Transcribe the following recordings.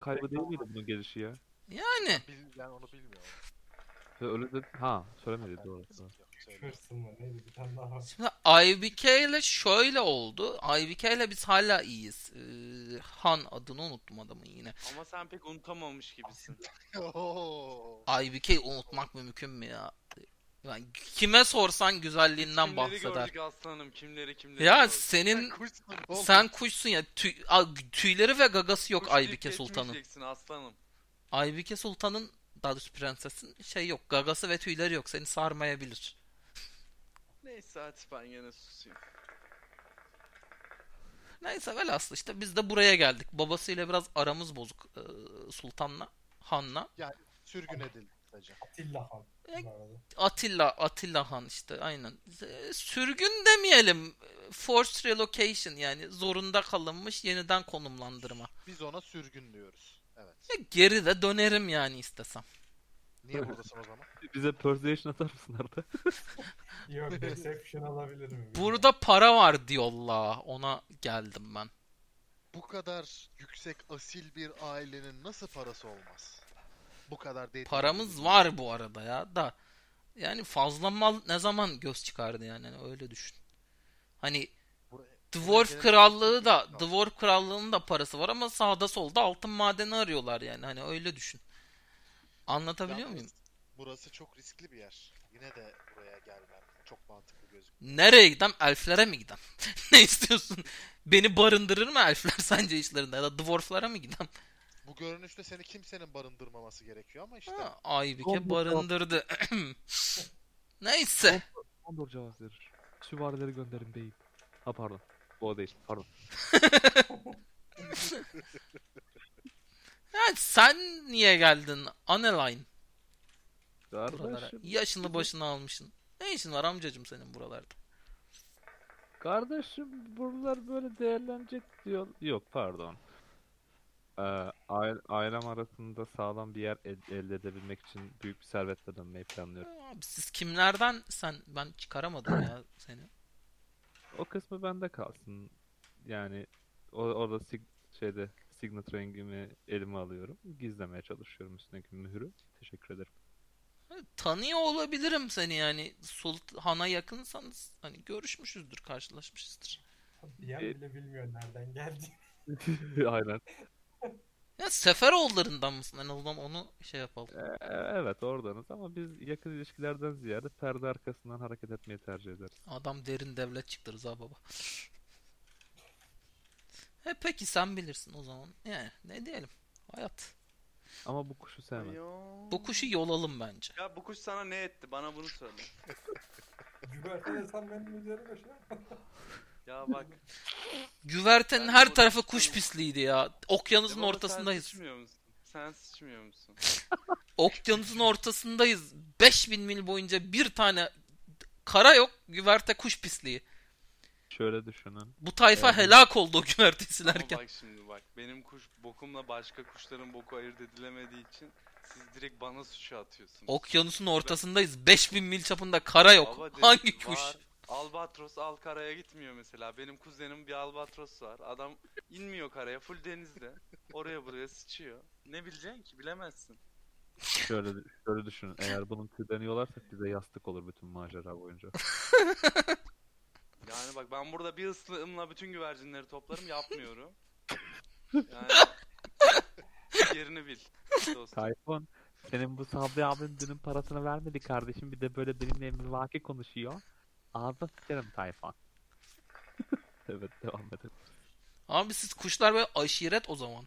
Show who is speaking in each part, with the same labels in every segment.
Speaker 1: kaybı değil miydi bunun gelişi ya?
Speaker 2: Yani
Speaker 3: Bil, yani onu bilmiyorum.
Speaker 1: Ya Öyle dedi. Ha söylemedi doğru. doğru.
Speaker 3: Yok, söyleyeyim.
Speaker 4: Kırsın mı neydi bir tane daha var.
Speaker 2: şimdi IBK ile şöyle oldu. IBK ile biz hala iyiyiz. Ee, Han adını unuttum adamın yine.
Speaker 5: Ama sen pek unutamamış gibisin.
Speaker 3: Oo.
Speaker 2: IBK unutmak mümkün mü ya? Yani kime sorsan güzelliğinden
Speaker 5: kimleri
Speaker 2: bahseder.
Speaker 5: gördük aslanım kimleri kimleri
Speaker 2: Ya
Speaker 5: gördük.
Speaker 2: senin
Speaker 3: kuşsun oğlum.
Speaker 2: sen kuşsun ya. Tüy- a- tüyleri ve gagası yok
Speaker 5: Kuş deyip
Speaker 2: Aybike Sultan'ın.
Speaker 5: geçmeyeceksin aslanım.
Speaker 2: Aybike Sultan'ın daha doğrusu prensesin şey yok. Gagası ve tüyleri yok. Seni sarmayabilir.
Speaker 5: Neyse hadi ben gene susayım.
Speaker 2: Neyse velhasıl işte biz de buraya geldik. Babasıyla biraz aramız bozuk e, Sultan'la, Han'la.
Speaker 3: Sürgün edildi kısaca.
Speaker 4: Atilla Han. bu arada.
Speaker 2: Atilla, Atilla Han işte aynen. E, Sürgün demeyelim. E, Forced relocation yani zorunda kalınmış yeniden konumlandırma.
Speaker 3: Biz ona sürgün diyoruz. Evet.
Speaker 2: Ya geri de dönerim yani istesem.
Speaker 3: Niye buradasın o zaman?
Speaker 1: Bize persuasion atar mısın Arda?
Speaker 4: Yok Deception alabilir miyim?
Speaker 2: Burada para var diyorlar. Ona geldim ben.
Speaker 3: Bu kadar yüksek asil bir ailenin nasıl parası olmaz? Bu kadar değil.
Speaker 2: Paramız var bu arada ya da yani fazla mal ne zaman göz çıkardı yani, yani öyle düşün. Hani
Speaker 3: Buraya-
Speaker 2: Dwarf
Speaker 3: Gene-
Speaker 2: krallığı da Dwarf krallığının da parası var ama sağda solda altın madeni arıyorlar yani hani öyle düşün. Anlatabiliyor
Speaker 3: Yalnız
Speaker 2: muyum?
Speaker 3: Burası çok riskli bir yer. Yine de buraya gelmem çok mantıklı gözüküyor.
Speaker 2: Nereye gidem? Elflere mi gidem? ne istiyorsun? Beni barındırır mı elfler sence işlerinde ya da dwarflara mı gidem?
Speaker 3: Bu görünüşte seni kimsenin barındırmaması gerekiyor ama işte
Speaker 2: Ha, Aybike
Speaker 1: Goblin
Speaker 2: barındırdı. Neyse.
Speaker 1: Andor cevap verir. Süvarileri gönderin beyim. Ha pardon. Bu o değil. Pardon.
Speaker 2: Yani sen niye geldin Aneline buralara?
Speaker 1: Kardeşim.
Speaker 2: Yaşını başına almışsın. Ne işin var amcacım senin buralarda?
Speaker 1: Kardeşim buralar böyle değerlenecek diyor. Yok pardon. Ee, ail- ailem arasında sağlam bir yer el- elde edebilmek için büyük bir servetle dönmeyi planlıyorum.
Speaker 2: Abi siz kimlerden sen ben çıkaramadım ya seni.
Speaker 1: O kısmı bende kalsın. Yani o- orada sig- şeyde signet rengimi elime alıyorum. Gizlemeye çalışıyorum üstündeki mührü. Teşekkür ederim.
Speaker 2: Tanıyor olabilirim seni yani Sultan'a yakınsanız hani görüşmüşüzdür, karşılaşmışızdır.
Speaker 4: Diyen bile bilmiyor nereden geldi.
Speaker 1: Aynen.
Speaker 2: Ya Seferoğullarından mısın? En azından onu şey yapalım.
Speaker 1: Ee, evet oradanız ama biz yakın ilişkilerden ziyade perde arkasından hareket etmeyi tercih ederiz.
Speaker 2: Adam derin devlet çıktı Rıza Baba. He peki sen bilirsin o zaman. Yani ne diyelim? Hayat.
Speaker 1: Ama bu kuşu sevmem.
Speaker 5: Ayo.
Speaker 2: Bu kuşu yolalım bence.
Speaker 5: Ya bu kuş sana ne etti? Bana bunu söyle.
Speaker 4: Güvertede sen benim üzerime şey yapma.
Speaker 5: Ya bak.
Speaker 2: Güvertenin
Speaker 5: Ben
Speaker 2: her
Speaker 5: bu-
Speaker 2: tarafı kuş pisliydi ya. Okyanusun
Speaker 5: Devamlı
Speaker 2: ortasındayız.
Speaker 5: Sen sıçmıyor musun? Sen sıçmıyor musun?
Speaker 2: Okyanusun ortasındayız. 5000 mil boyunca bir tane kara yok. Güverte kuş pisliği.
Speaker 1: Şöyle düşünün.
Speaker 2: Bu tayfa
Speaker 1: Evet.
Speaker 2: helak oldu o güverteyi
Speaker 5: Ama
Speaker 2: silerken.
Speaker 5: bak şimdi bak. Benim kuş bokumla başka kuşların boku ayırt edilemediği için siz direkt bana suçu atıyorsunuz.
Speaker 2: Okyanusun ortasındayız. 5000 mil çapında kara yok.
Speaker 5: Baba dedi,
Speaker 2: Hangi kuş?
Speaker 5: Var. Albatros al karaya gitmiyor mesela. Benim kuzenim bir albatros var. Adam inmiyor karaya full denizde. Oraya buraya sıçıyor. Ne bileceksin ki bilemezsin.
Speaker 1: Şöyle şöyle düşünün. Eğer bunun tüylerini yolarsak bize yastık olur bütün macera boyunca.
Speaker 5: Yani bak ben burada bir ıslığımla bütün güvercinleri toplarım yapmıyorum. Yani yerini bil dostum.
Speaker 1: Tayfun senin bu Sabri abinin dünün parasını vermedi kardeşim. Bir de böyle benimle müvaki konuşuyor. Ağzına sıçarım Tayfun. evet devam edelim.
Speaker 2: Abi siz kuşlar böyle aşiret o zaman.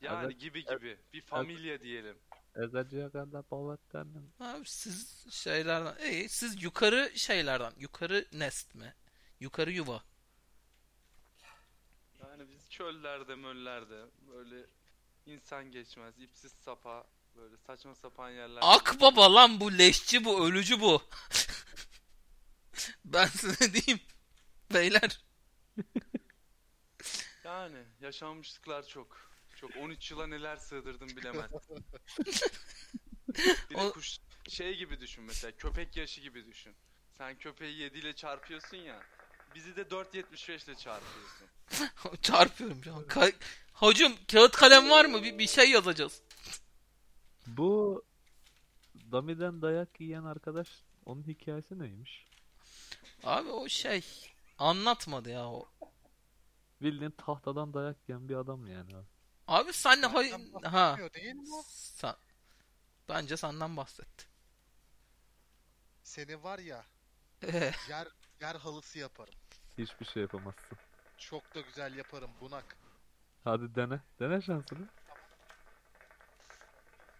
Speaker 5: Yani
Speaker 1: Evet.
Speaker 5: gibi gibi. Bir familya diyelim.
Speaker 1: Ezacıya kadar babattanım.
Speaker 2: Abi siz şeylerden. Ey, siz yukarı şeylerden. Yukarı nest mi? Yukarı yuva.
Speaker 5: Yani biz çöllerde möllerde böyle insan geçmez. ipsiz sapa böyle saçma sapan yerlerde.
Speaker 2: Akbaba lan bu leşçi bu ölücü bu. ben size diyeyim. Beyler.
Speaker 5: Yani yaşanmışlıklar çok. Çok 13 yıla neler sığdırdım bilemem. bir de
Speaker 2: O-
Speaker 5: kuş şey gibi düşün mesela köpek yaşı gibi düşün. Sen köpeği 7 ile çarpıyorsun ya. Bizi de 4.75 ile çarpıyorsun.
Speaker 2: Çarpıyorum şu an. Ka- Hocam kağıt kalem var mı? Bir, bir şey yazacağız.
Speaker 1: Bu Dami'den dayak yiyen arkadaş onun hikayesi neymiş?
Speaker 2: Abi o şey anlatmadı ya o.
Speaker 1: Bildiğin tahtadan dayak yiyen bir adam yani. abi.
Speaker 2: Abi senle
Speaker 3: Zaten
Speaker 2: hay ha
Speaker 3: bahsetmiyor Değil mi? o?
Speaker 2: sen bence senden bahsetti.
Speaker 3: Seni var ya
Speaker 2: Ee,
Speaker 3: yer yer halısı yaparım.
Speaker 1: Hiçbir şey yapamazsın.
Speaker 3: Çok da güzel yaparım bunak.
Speaker 1: Hadi dene. Dene şansını.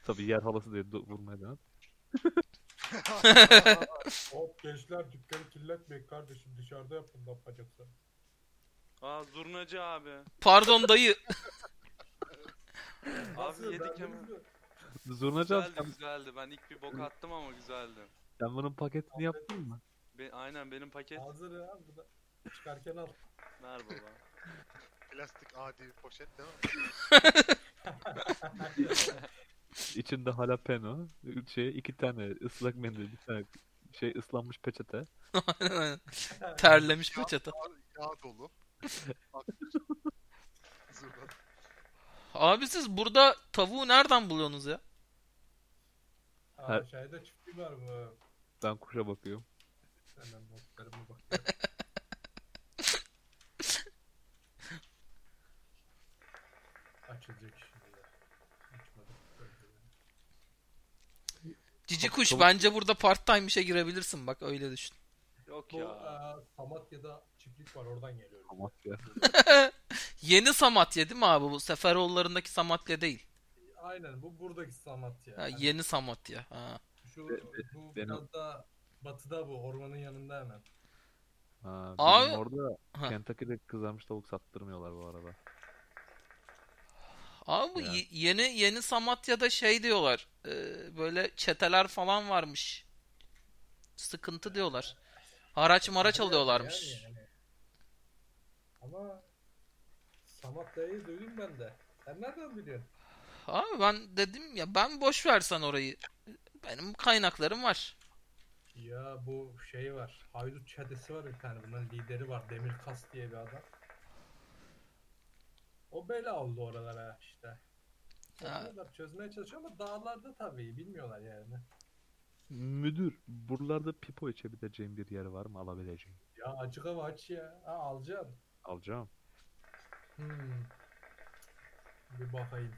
Speaker 1: Tabii yer halası diye du- vurmaya denem.
Speaker 4: Hop gençler dükkanı kirletmeyin kardeşim dışarıda yapın da yapacaksa.
Speaker 5: Aa zurnacı abi.
Speaker 2: pardon dayı.
Speaker 5: Abi yedik hemen.
Speaker 1: Zurnacı abi
Speaker 5: Güzeldi
Speaker 1: sen,
Speaker 5: güzeldi. Ben ilk bir bok attım ama güzeldi.
Speaker 1: sen bunun paketini yaptın mı?
Speaker 5: Be- aynen benim paket.
Speaker 4: Hazır ya burada. Çıkarken al.
Speaker 5: Ver baba.
Speaker 3: Plastik adi bir poşet değil mi?
Speaker 1: İçinde jalapeno, şey iki tane ıslak mendil, bir tane şey ıslanmış peçete.
Speaker 2: Aynen, aynen. Terlemiş peçete.
Speaker 3: Yağ dolu. Zurna.
Speaker 2: Abi siz burada tavuğu nereden buluyorsunuz ya?
Speaker 4: Aa,
Speaker 1: Her-
Speaker 4: Aşağıda çiftlik var mı?
Speaker 1: Ben kuşa bakıyorum.
Speaker 4: Hemen notlarıma bak. Açılacak şimdi ya. Açmadım.
Speaker 2: Cici kuş
Speaker 1: tavuk-
Speaker 2: bence burada part time işe girebilirsin bak öyle düşün.
Speaker 5: Yok
Speaker 4: Bu
Speaker 5: ya.
Speaker 4: eee, Samatya'da çiftlik var oradan geliyorum.
Speaker 1: Amasya.
Speaker 2: Yeni Samatya değil mi abi bu? Seferoğullarındaki Samatya değil.
Speaker 4: Aynen bu buradaki Samatya.
Speaker 2: Ha,
Speaker 4: Yani Hani
Speaker 2: yeni Samatya. Ha.
Speaker 4: Şu bu
Speaker 1: benim-
Speaker 4: biraz daha batıda bu ormanın yanında hemen.
Speaker 1: Ha,
Speaker 2: Abi-
Speaker 1: bizim orada
Speaker 2: Ha.
Speaker 1: Kentucky'de kızarmış tavuk sattırmıyorlar bu arada.
Speaker 2: Abi bu
Speaker 1: Ya.
Speaker 2: ye- yeni yeni Samatya'da şey diyorlar. e, böyle çeteler falan varmış. Sıkıntı diyorlar. Haraç maraç
Speaker 4: Öyle
Speaker 2: alıyorlarmış.
Speaker 4: yani yani. Ama Samatya'yı duydum ben de. Sen nereden biliyorsun?
Speaker 2: Abi ben dedim ya ben boş versen orayı. Benim kaynaklarım var.
Speaker 4: Ya bu şey var. Haydut çetesi var bir tane. Bunların lideri var. Demirkas diye bir adam. O bela oldu oralara işte.
Speaker 2: Ha.
Speaker 4: Çözmeye, çözmeye çalışıyor ama dağlarda tabii bilmiyorlar yani.
Speaker 1: Müdür, buralarda pipo içebileceğim bir yer var mı alabileceğim?
Speaker 4: Ya açık hava aç ya. Ha, alacağım.
Speaker 1: Alacağım.
Speaker 4: Hmm. Bir bakayım.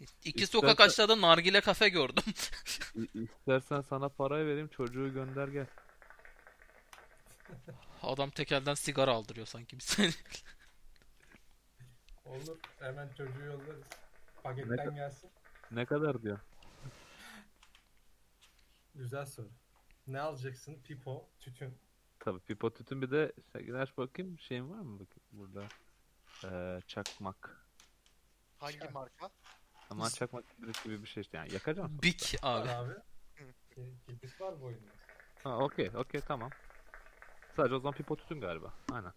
Speaker 2: İki
Speaker 1: İstersen-
Speaker 2: sokak aşağıda nargile kafe gördüm.
Speaker 1: İ- İstersen sana parayı vereyim çocuğu gönder gel.
Speaker 2: Adam tekelden sigara aldırıyor sanki bir seni.
Speaker 4: Olur. Hemen çocuğu yollarız. Paketten gelsin.
Speaker 1: Ne kadar diyor?
Speaker 4: Güzel soru. Ne alacaksın? Pipo, tütün.
Speaker 1: Tabii pipo tütün bir de sen aç bakayım şeyin var mı bakayım burada? Ee, çakmak.
Speaker 3: Hangi marka?
Speaker 1: Ama çakmak kibrit gibi bir şey işte yani yakacağım.
Speaker 2: Bik
Speaker 4: Var
Speaker 2: abi.
Speaker 4: abi. Kibrit var bu oyunda.
Speaker 1: Ha okey okey tamam. Sadece o zaman pipo tütün galiba. Aynen.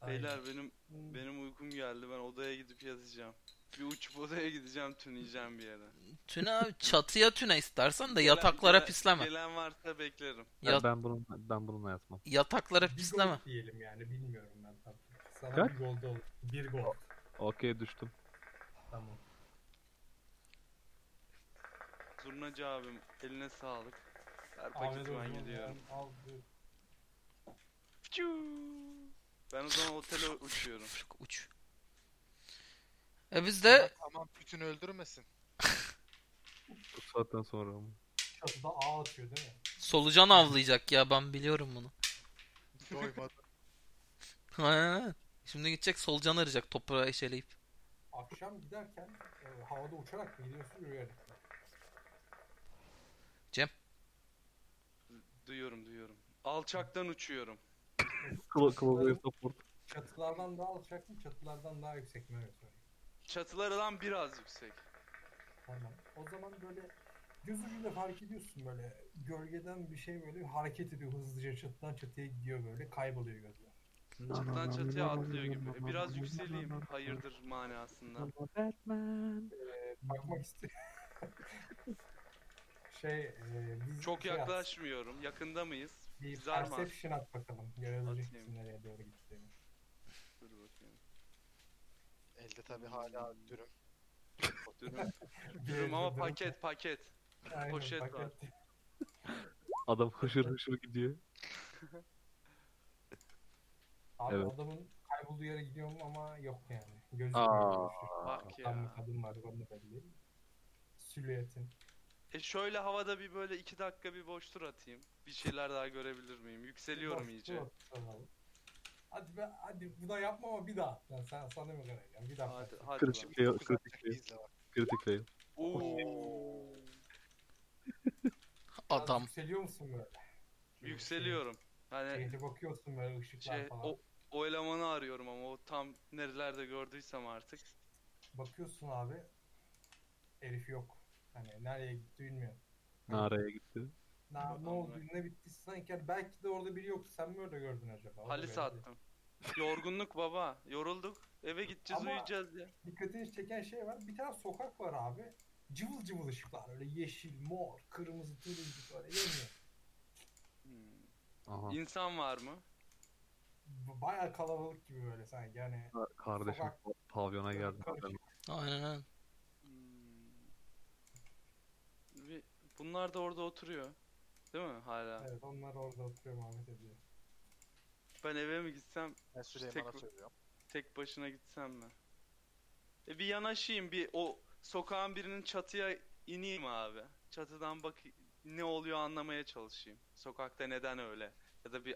Speaker 4: Aynen.
Speaker 5: Beyler benim
Speaker 4: Hmm.
Speaker 5: benim uykum geldi. Ben odaya gidip yatacağım. Bir uçup odaya gideceğim, tüneyeceğim bir yere.
Speaker 2: Tüne abi çatıya tüne istersen de
Speaker 5: Gelen-
Speaker 2: yataklara
Speaker 5: gelen-
Speaker 2: pisleme.
Speaker 5: Gelen varsa beklerim.
Speaker 1: Ya...
Speaker 2: Ya-
Speaker 1: Ben bunun ben bununla yatmam.
Speaker 2: Yataklara
Speaker 4: Bir
Speaker 2: pisleme.
Speaker 4: gol diyelim yani bilmiyorum ben tam. Sana
Speaker 1: Kaç?
Speaker 4: bir gol de olur. Bir gol.
Speaker 1: Okey düştüm.
Speaker 4: Tamam.
Speaker 5: Zurnacı abim eline sağlık. Ver
Speaker 4: Ahmet
Speaker 5: paketi ben
Speaker 4: Özcan,
Speaker 5: gidiyorum.
Speaker 4: Al, buyur.
Speaker 5: Ben o zaman otele uçuyorum.
Speaker 2: Uç. E biz
Speaker 3: Aman
Speaker 2: de
Speaker 3: Tamam bütün öldürmesin.
Speaker 1: Bu saatten sonra mı?
Speaker 4: Çatıda ağ atıyor değil mi?
Speaker 2: solucan avlayacak ya ben biliyorum bunu.
Speaker 3: Doymadı.
Speaker 2: Ha, Şimdi gidecek solucan arayacak toprağı eşeleyip.
Speaker 4: Akşam giderken e, havada uçarak mı gidiyorsun yürüyerek mi?
Speaker 5: Duyuyorum duyuyorum. Alçaktan uçuyorum.
Speaker 1: Klo- Klobo'yu support.
Speaker 4: Çatılardan daha alçak mı? Çatılardan daha yüksek mi? Evet. öyle.
Speaker 5: Çatılardan biraz yüksek.
Speaker 4: Tamam. O zaman böyle göz ucuyla fark ediyorsun böyle gölgeden bir şey böyle hareket ediyor hızlıca çatıdan çatıya gidiyor böyle kayboluyor gözler.
Speaker 5: Çatıdan çatıya atlıyor gibi. E, Biraz yükseleyim. Hayırdır manasında.
Speaker 1: Batman.
Speaker 4: Bakmak istiyor. şey e, biz
Speaker 5: Çok
Speaker 4: şey at,
Speaker 5: yaklaşmıyorum. Yakında mıyız?
Speaker 4: Bir
Speaker 5: Güzel mi?
Speaker 4: perception at bakalım.
Speaker 5: Atayım.
Speaker 4: Görebilecek misin nereye doğru gittiğini.
Speaker 5: Dur bakayım.
Speaker 3: Elde
Speaker 2: Hmm.
Speaker 3: tabii hala dürüm.
Speaker 5: Dürüm, dürüm ama
Speaker 4: Gezdirdim.
Speaker 5: paket paket.
Speaker 4: Aynen,
Speaker 5: poşet var.
Speaker 4: paket.
Speaker 1: Adam haşır haşır gidiyor.
Speaker 4: Abi
Speaker 1: Evet.
Speaker 4: adamın kaybolduğu yere gidiyorum ama yok yani. Gözü
Speaker 1: Aa.
Speaker 5: Bak
Speaker 4: Tam bir
Speaker 5: ya.
Speaker 4: kadın var onu belli. Silüetin.
Speaker 5: E şöyle havada bir böyle iki dakika bir boş tur atayım. Bir şeyler daha görebilir miyim? Yükseliyorum
Speaker 4: Bas,
Speaker 5: iyice.
Speaker 4: bas, tamam. Hadi be hadi bu da yapma ama bir daha at lan. Sen sana mı karar vereceğim? Bir daha. at.
Speaker 5: Hadi hadi. lan.
Speaker 1: Kırışık fail,
Speaker 3: Dokuz
Speaker 1: kritik
Speaker 3: atacak
Speaker 1: fail,
Speaker 3: şey izle var.
Speaker 1: kritik fail.
Speaker 5: Oo.
Speaker 4: Biraz
Speaker 2: Adam.
Speaker 4: Yükseliyor musun böyle? Şey,
Speaker 5: Yükseliyorum. Hani
Speaker 4: Şehre bakıyorsun böyle ışıklar
Speaker 5: şey
Speaker 4: falan.
Speaker 5: o o elemanı arıyorum ama o tam nerelerde gördüysem artık.
Speaker 4: Bakıyorsun abi. Herif yok. Hani nereye gitti bilmiyorum.
Speaker 1: Nara'ya gitti.
Speaker 4: Ne, ne oldu ne bitti sanki yani belki de orada biri yoktu. Sen mi öyle gördün acaba? O da belli
Speaker 5: Halis
Speaker 4: değil.
Speaker 5: attım. Yorgunluk baba. Yorulduk. Eve gideceğiz
Speaker 4: Ama-
Speaker 5: uyuyacağız ya.
Speaker 4: dikkatini çeken şey var. Bir tane sokak var abi. Cıvıl cıvıl ışıklar. Öyle yeşil, mor, kırmızı, turuncu böyle yanıyor.
Speaker 5: Hmm.
Speaker 1: Aha.
Speaker 5: İnsan var mı?
Speaker 4: B- Bayağı kalabalık gibi böyle sanki. Yani
Speaker 1: Kardeşim pavyona geldi.
Speaker 4: Karışık.
Speaker 2: Aynen aynen.
Speaker 5: Hmm. Bir- Bunlar da orada oturuyor. Değil mi hala?
Speaker 4: evet onlar orada oturuyor muhabbet ediyor.
Speaker 5: Ben eve mi gitsem,
Speaker 3: Ben Süleyman'a
Speaker 5: Tek-
Speaker 3: söylüyorum.
Speaker 5: tek başına gitsem mi? E bir yanaşayım, bir o sokağın birinin çatıya ineyim abi. Çatıdan bak ne oluyor anlamaya çalışayım. Sokakta neden öyle? Ya da bir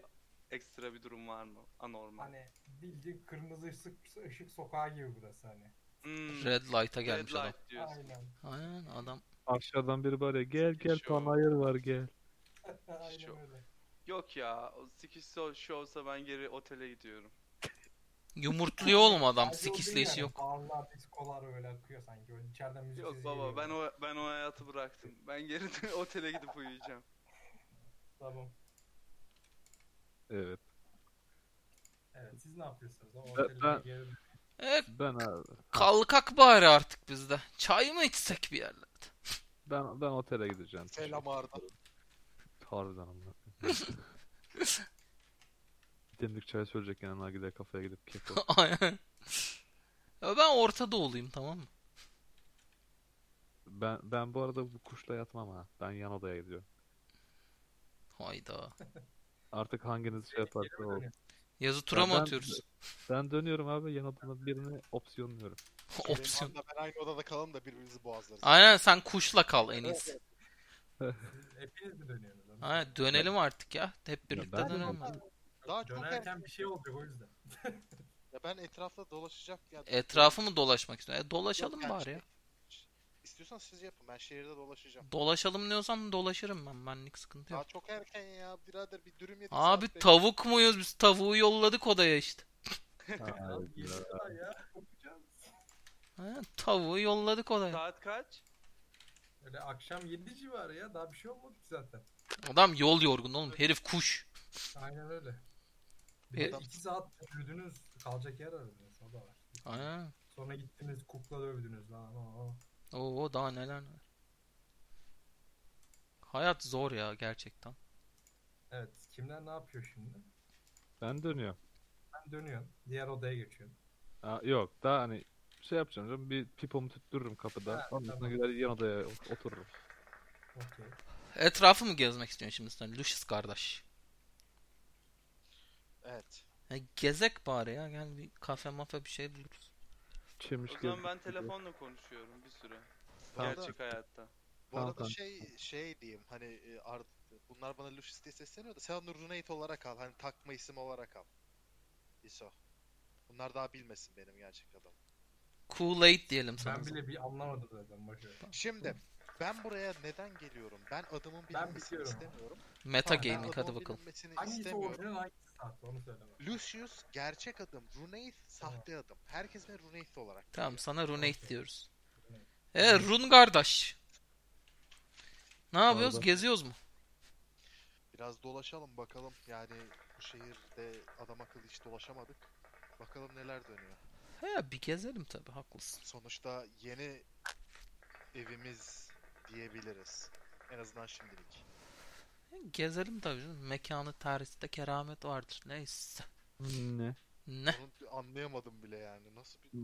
Speaker 5: ekstra bir durum var mı? Anormal.
Speaker 4: Hani bildiğin kırmızı ışık, ışık sokağı gibi burası hani.
Speaker 5: Hmm,
Speaker 2: Red light'a
Speaker 5: red
Speaker 2: gelmiş adam.
Speaker 5: light diyorsun.
Speaker 4: Aynen.
Speaker 2: Aynen adam.
Speaker 1: Aşağıdan biri var ya gel gel
Speaker 5: Şu-
Speaker 1: bana hayır var gel.
Speaker 4: Aynen
Speaker 5: Çok.
Speaker 4: öyle.
Speaker 5: Yok ya, o sikiş so- şu olsa ben geri otele gidiyorum.
Speaker 2: Yumurtluyor oğlum adam.
Speaker 4: Sadece o değil
Speaker 2: Sikisle işi
Speaker 4: yani.
Speaker 2: yok.
Speaker 4: Barlar, diskolar öyle akıyor sanki. Böyle içeriden müzik
Speaker 5: Yok
Speaker 4: sesi
Speaker 5: baba,
Speaker 4: geliyor.
Speaker 5: ben o ben o hayatı bıraktım. Ben geri otele gidip uyuyacağım.
Speaker 4: Tamam.
Speaker 1: Evet.
Speaker 4: Evet siz ne yapıyorsunuz? O
Speaker 1: Ben-
Speaker 4: otelde
Speaker 1: ben-
Speaker 4: geri-
Speaker 2: E,
Speaker 1: Ben abi.
Speaker 2: kalkak bari artık bizde. Çay mı içsek bir yerlerde?
Speaker 1: Ben ben otele gideceğim.
Speaker 3: Selam Arda.
Speaker 1: Harbiden amına. Demlik çay söyleyecek yanına gider kafaya gidip kek al.
Speaker 2: Aynen. Ya ben ortada olayım tamam mı?
Speaker 1: Ben ben bu arada bu kuşla yatmam ha. Ben yan odaya gidiyorum.
Speaker 2: Hayda.
Speaker 1: Artık hanginiz şey yaparsa o.
Speaker 2: Yazı tura mı
Speaker 1: ben-
Speaker 2: atıyoruz?
Speaker 1: Ben dönüyorum abi yan odadan birini opsiyonluyorum.
Speaker 2: Opsiyon.
Speaker 3: Süleyman'la ben aynı odada kalalım da birbirimizi boğazlarız.
Speaker 2: Aynen sen kuşla kal en iyisi.
Speaker 4: Siz Hepiniz mi dönüyorsunuz? ama?
Speaker 2: Ha, dönelim artık ya. Hep birlikte
Speaker 1: ben-
Speaker 2: dönelim.
Speaker 3: Daha çok
Speaker 4: Dönerken
Speaker 3: erken-
Speaker 4: bir şey olacak o yüzden.
Speaker 3: Ya ben etrafta dolaşacak ya.
Speaker 2: Etrafı mı dolaşmak istiyorsun? E,
Speaker 3: Yok
Speaker 2: dolaşalım
Speaker 3: yani
Speaker 2: bari
Speaker 3: şey-
Speaker 2: ya.
Speaker 3: İstiyorsan siz yapın. Ben şehirde dolaşacağım.
Speaker 2: Dolaşalım diyorsan dolaşırım ben. Benlik sıkıntı
Speaker 3: Daha
Speaker 2: yok.
Speaker 3: çok erken ya. Birader bir dürüm yedik.
Speaker 2: Abi
Speaker 3: saat beş.
Speaker 2: tavuk muyuz? Biz tavuğu yolladık odaya işte.
Speaker 1: Hayda.
Speaker 4: Yeter ya. Okuyacağız.
Speaker 2: Ha, tavuğu yolladık odaya.
Speaker 5: Saat kaç?
Speaker 4: Öyle akşam 7 civarı ya. Daha bir şey olmadı ki zaten.
Speaker 2: Adam yol yorgun oğlum. Herif kuş.
Speaker 4: Aynen öyle.
Speaker 2: E-
Speaker 4: 2 saat yürüdünüz. Kalacak yer aradınız. O da var.
Speaker 2: Ha.
Speaker 4: Sonra gittiniz kukla dövdünüz lan. Oo.
Speaker 2: Oo daha neler neler. Hayat zor ya gerçekten.
Speaker 4: Evet. Kimler ne yapıyor şimdi?
Speaker 1: Ben dönüyorum.
Speaker 4: Ben dönüyorum. Diğer odaya geçiyorum.
Speaker 1: Ha, yok daha hani şey yapacağım canım bir pipomu tüttürürüm kapıda.
Speaker 4: Ha,
Speaker 1: Ondan sonra
Speaker 4: tamam.
Speaker 1: gider yan odaya ot- otururum.
Speaker 4: Okey.
Speaker 2: Etrafı mı gezmek istiyorsun şimdi sen Lucius kardeş?
Speaker 3: Evet.
Speaker 2: Ya gezek bari ya. Gel bir kafe mafe bir şey buluruz.
Speaker 1: Çemiş
Speaker 5: O zaman
Speaker 1: gibi.
Speaker 5: ben telefonla konuşuyorum bir süre.
Speaker 3: Bu arada-
Speaker 5: Gerçek hayatta.
Speaker 3: Bu
Speaker 1: Tamam,
Speaker 3: arada
Speaker 1: tamam.
Speaker 3: şey şey diyeyim hani e, Ar- bunlar bana Lucius diye sesleniyor da sen onu Runate olarak al. Hani takma isim olarak al. ISO. Bunlar daha bilmesin benim gerçek adamım.
Speaker 2: Kool-Aid diyelim sana.
Speaker 4: Ben bile bir anlamadım zaten. Boş ver.
Speaker 3: Şimdi ben buraya neden geliyorum? Ben adımın
Speaker 4: Ben
Speaker 3: bilinmesini
Speaker 4: biliyorum.
Speaker 3: istemiyorum.
Speaker 2: Meta
Speaker 3: Tamam, ben
Speaker 2: gaming hadi
Speaker 3: adımın
Speaker 2: bakalım.
Speaker 3: bilinmesini
Speaker 4: Hangisi
Speaker 3: istemiyorum.
Speaker 4: orijinal hangisi sahte onu söyle bana.
Speaker 3: Lucius gerçek adım. Runeith
Speaker 4: Tamam.
Speaker 3: sahte adım. Herkes beni Runeith olarak
Speaker 2: Tamam sana Runate
Speaker 4: Okey.
Speaker 2: diyoruz.
Speaker 4: Runate.
Speaker 2: E Run kardeş. Ne yapıyoruz?
Speaker 1: Vallahi.
Speaker 2: Geziyoruz mu?
Speaker 3: Biraz dolaşalım bakalım. Yani bu şehirde adam akıllı hiç dolaşamadık. Bakalım neler dönüyor.
Speaker 2: He bir gezelim tabii haklısın.
Speaker 3: Sonuçta yeni evimiz diyebiliriz. En azından şimdilik.
Speaker 2: Gezelim tabii canım. Mekanı tarihte keramet vardır. Neyse.
Speaker 1: Ne?
Speaker 2: Ne?
Speaker 3: Bunu anlayamadım bile yani. Nasıl bir